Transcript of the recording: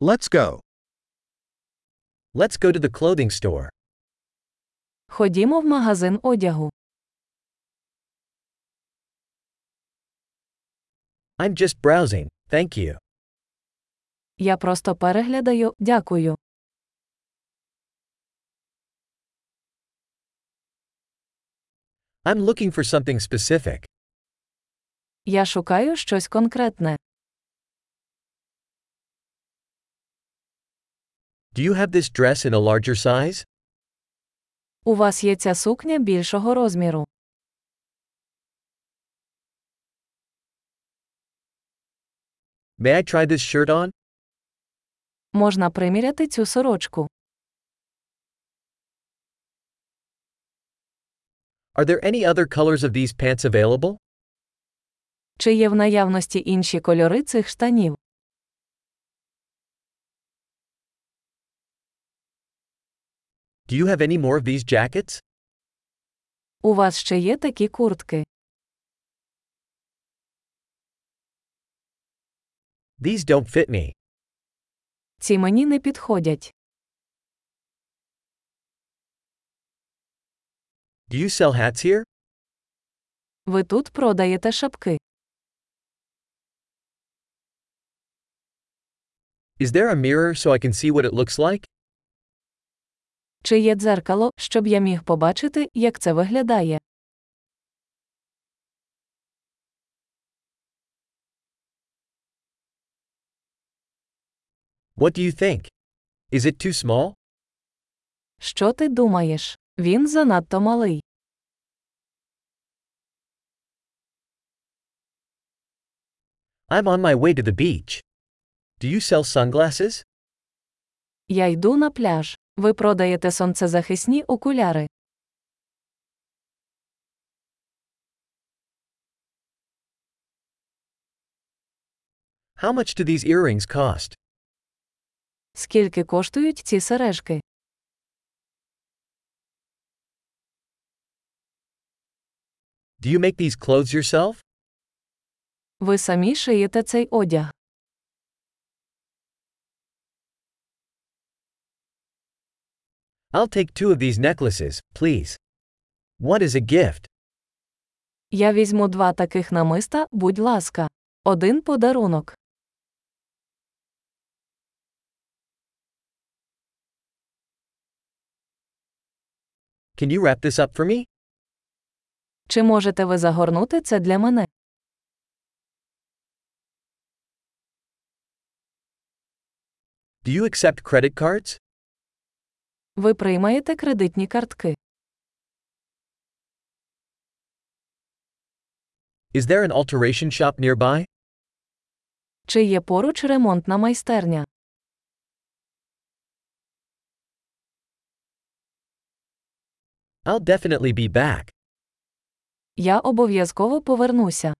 Let's go. Let's go to the clothing store. Ходімо в магазин одягу. I'm just browsing, thank you. Я просто переглядаю, дякую. I'm looking for something specific. Я шукаю щось конкретне. Do you have this dress in a larger size? У вас є ця сукня більшого розміру. May I try this shirt on? Можна приміряти цю сорочку. Are there any other colors of these pants available? Чи є в наявності інші кольори цих штанів? Do you have any more of these jackets? У вас ще є такі куртки. These don't fit me. Ці мені не підходять. Do you sell hats here? Ви тут продаєте шапки. Is there a mirror so I can see what it looks like? Чи є дзеркало, щоб я міг побачити, як це виглядає? What do you think? Is it too small? Що ти думаєш? Він занадто малий. I'm on my way to the beach. Do you sell sunglasses? Я йду на пляж. Ви продаєте сонцезахисні окуляри. How much do these earrings cost? Скільки коштують ці сережки? Do you make these clothes yourself? Ви самі шиєте цей одяг. I'll take two of these necklaces, please. One is a gift. Я візьму два таких намиста, будь ласка. Один подарунок. Can you wrap this up for me? Чи можете ви загорнути це для мене? Do you accept credit cards? Ви приймаєте кредитні картки. Is there an alteration shop nearby? Чи є поруч ремонтна майстерня? I'll definitely be back. Я обов'язково повернуся.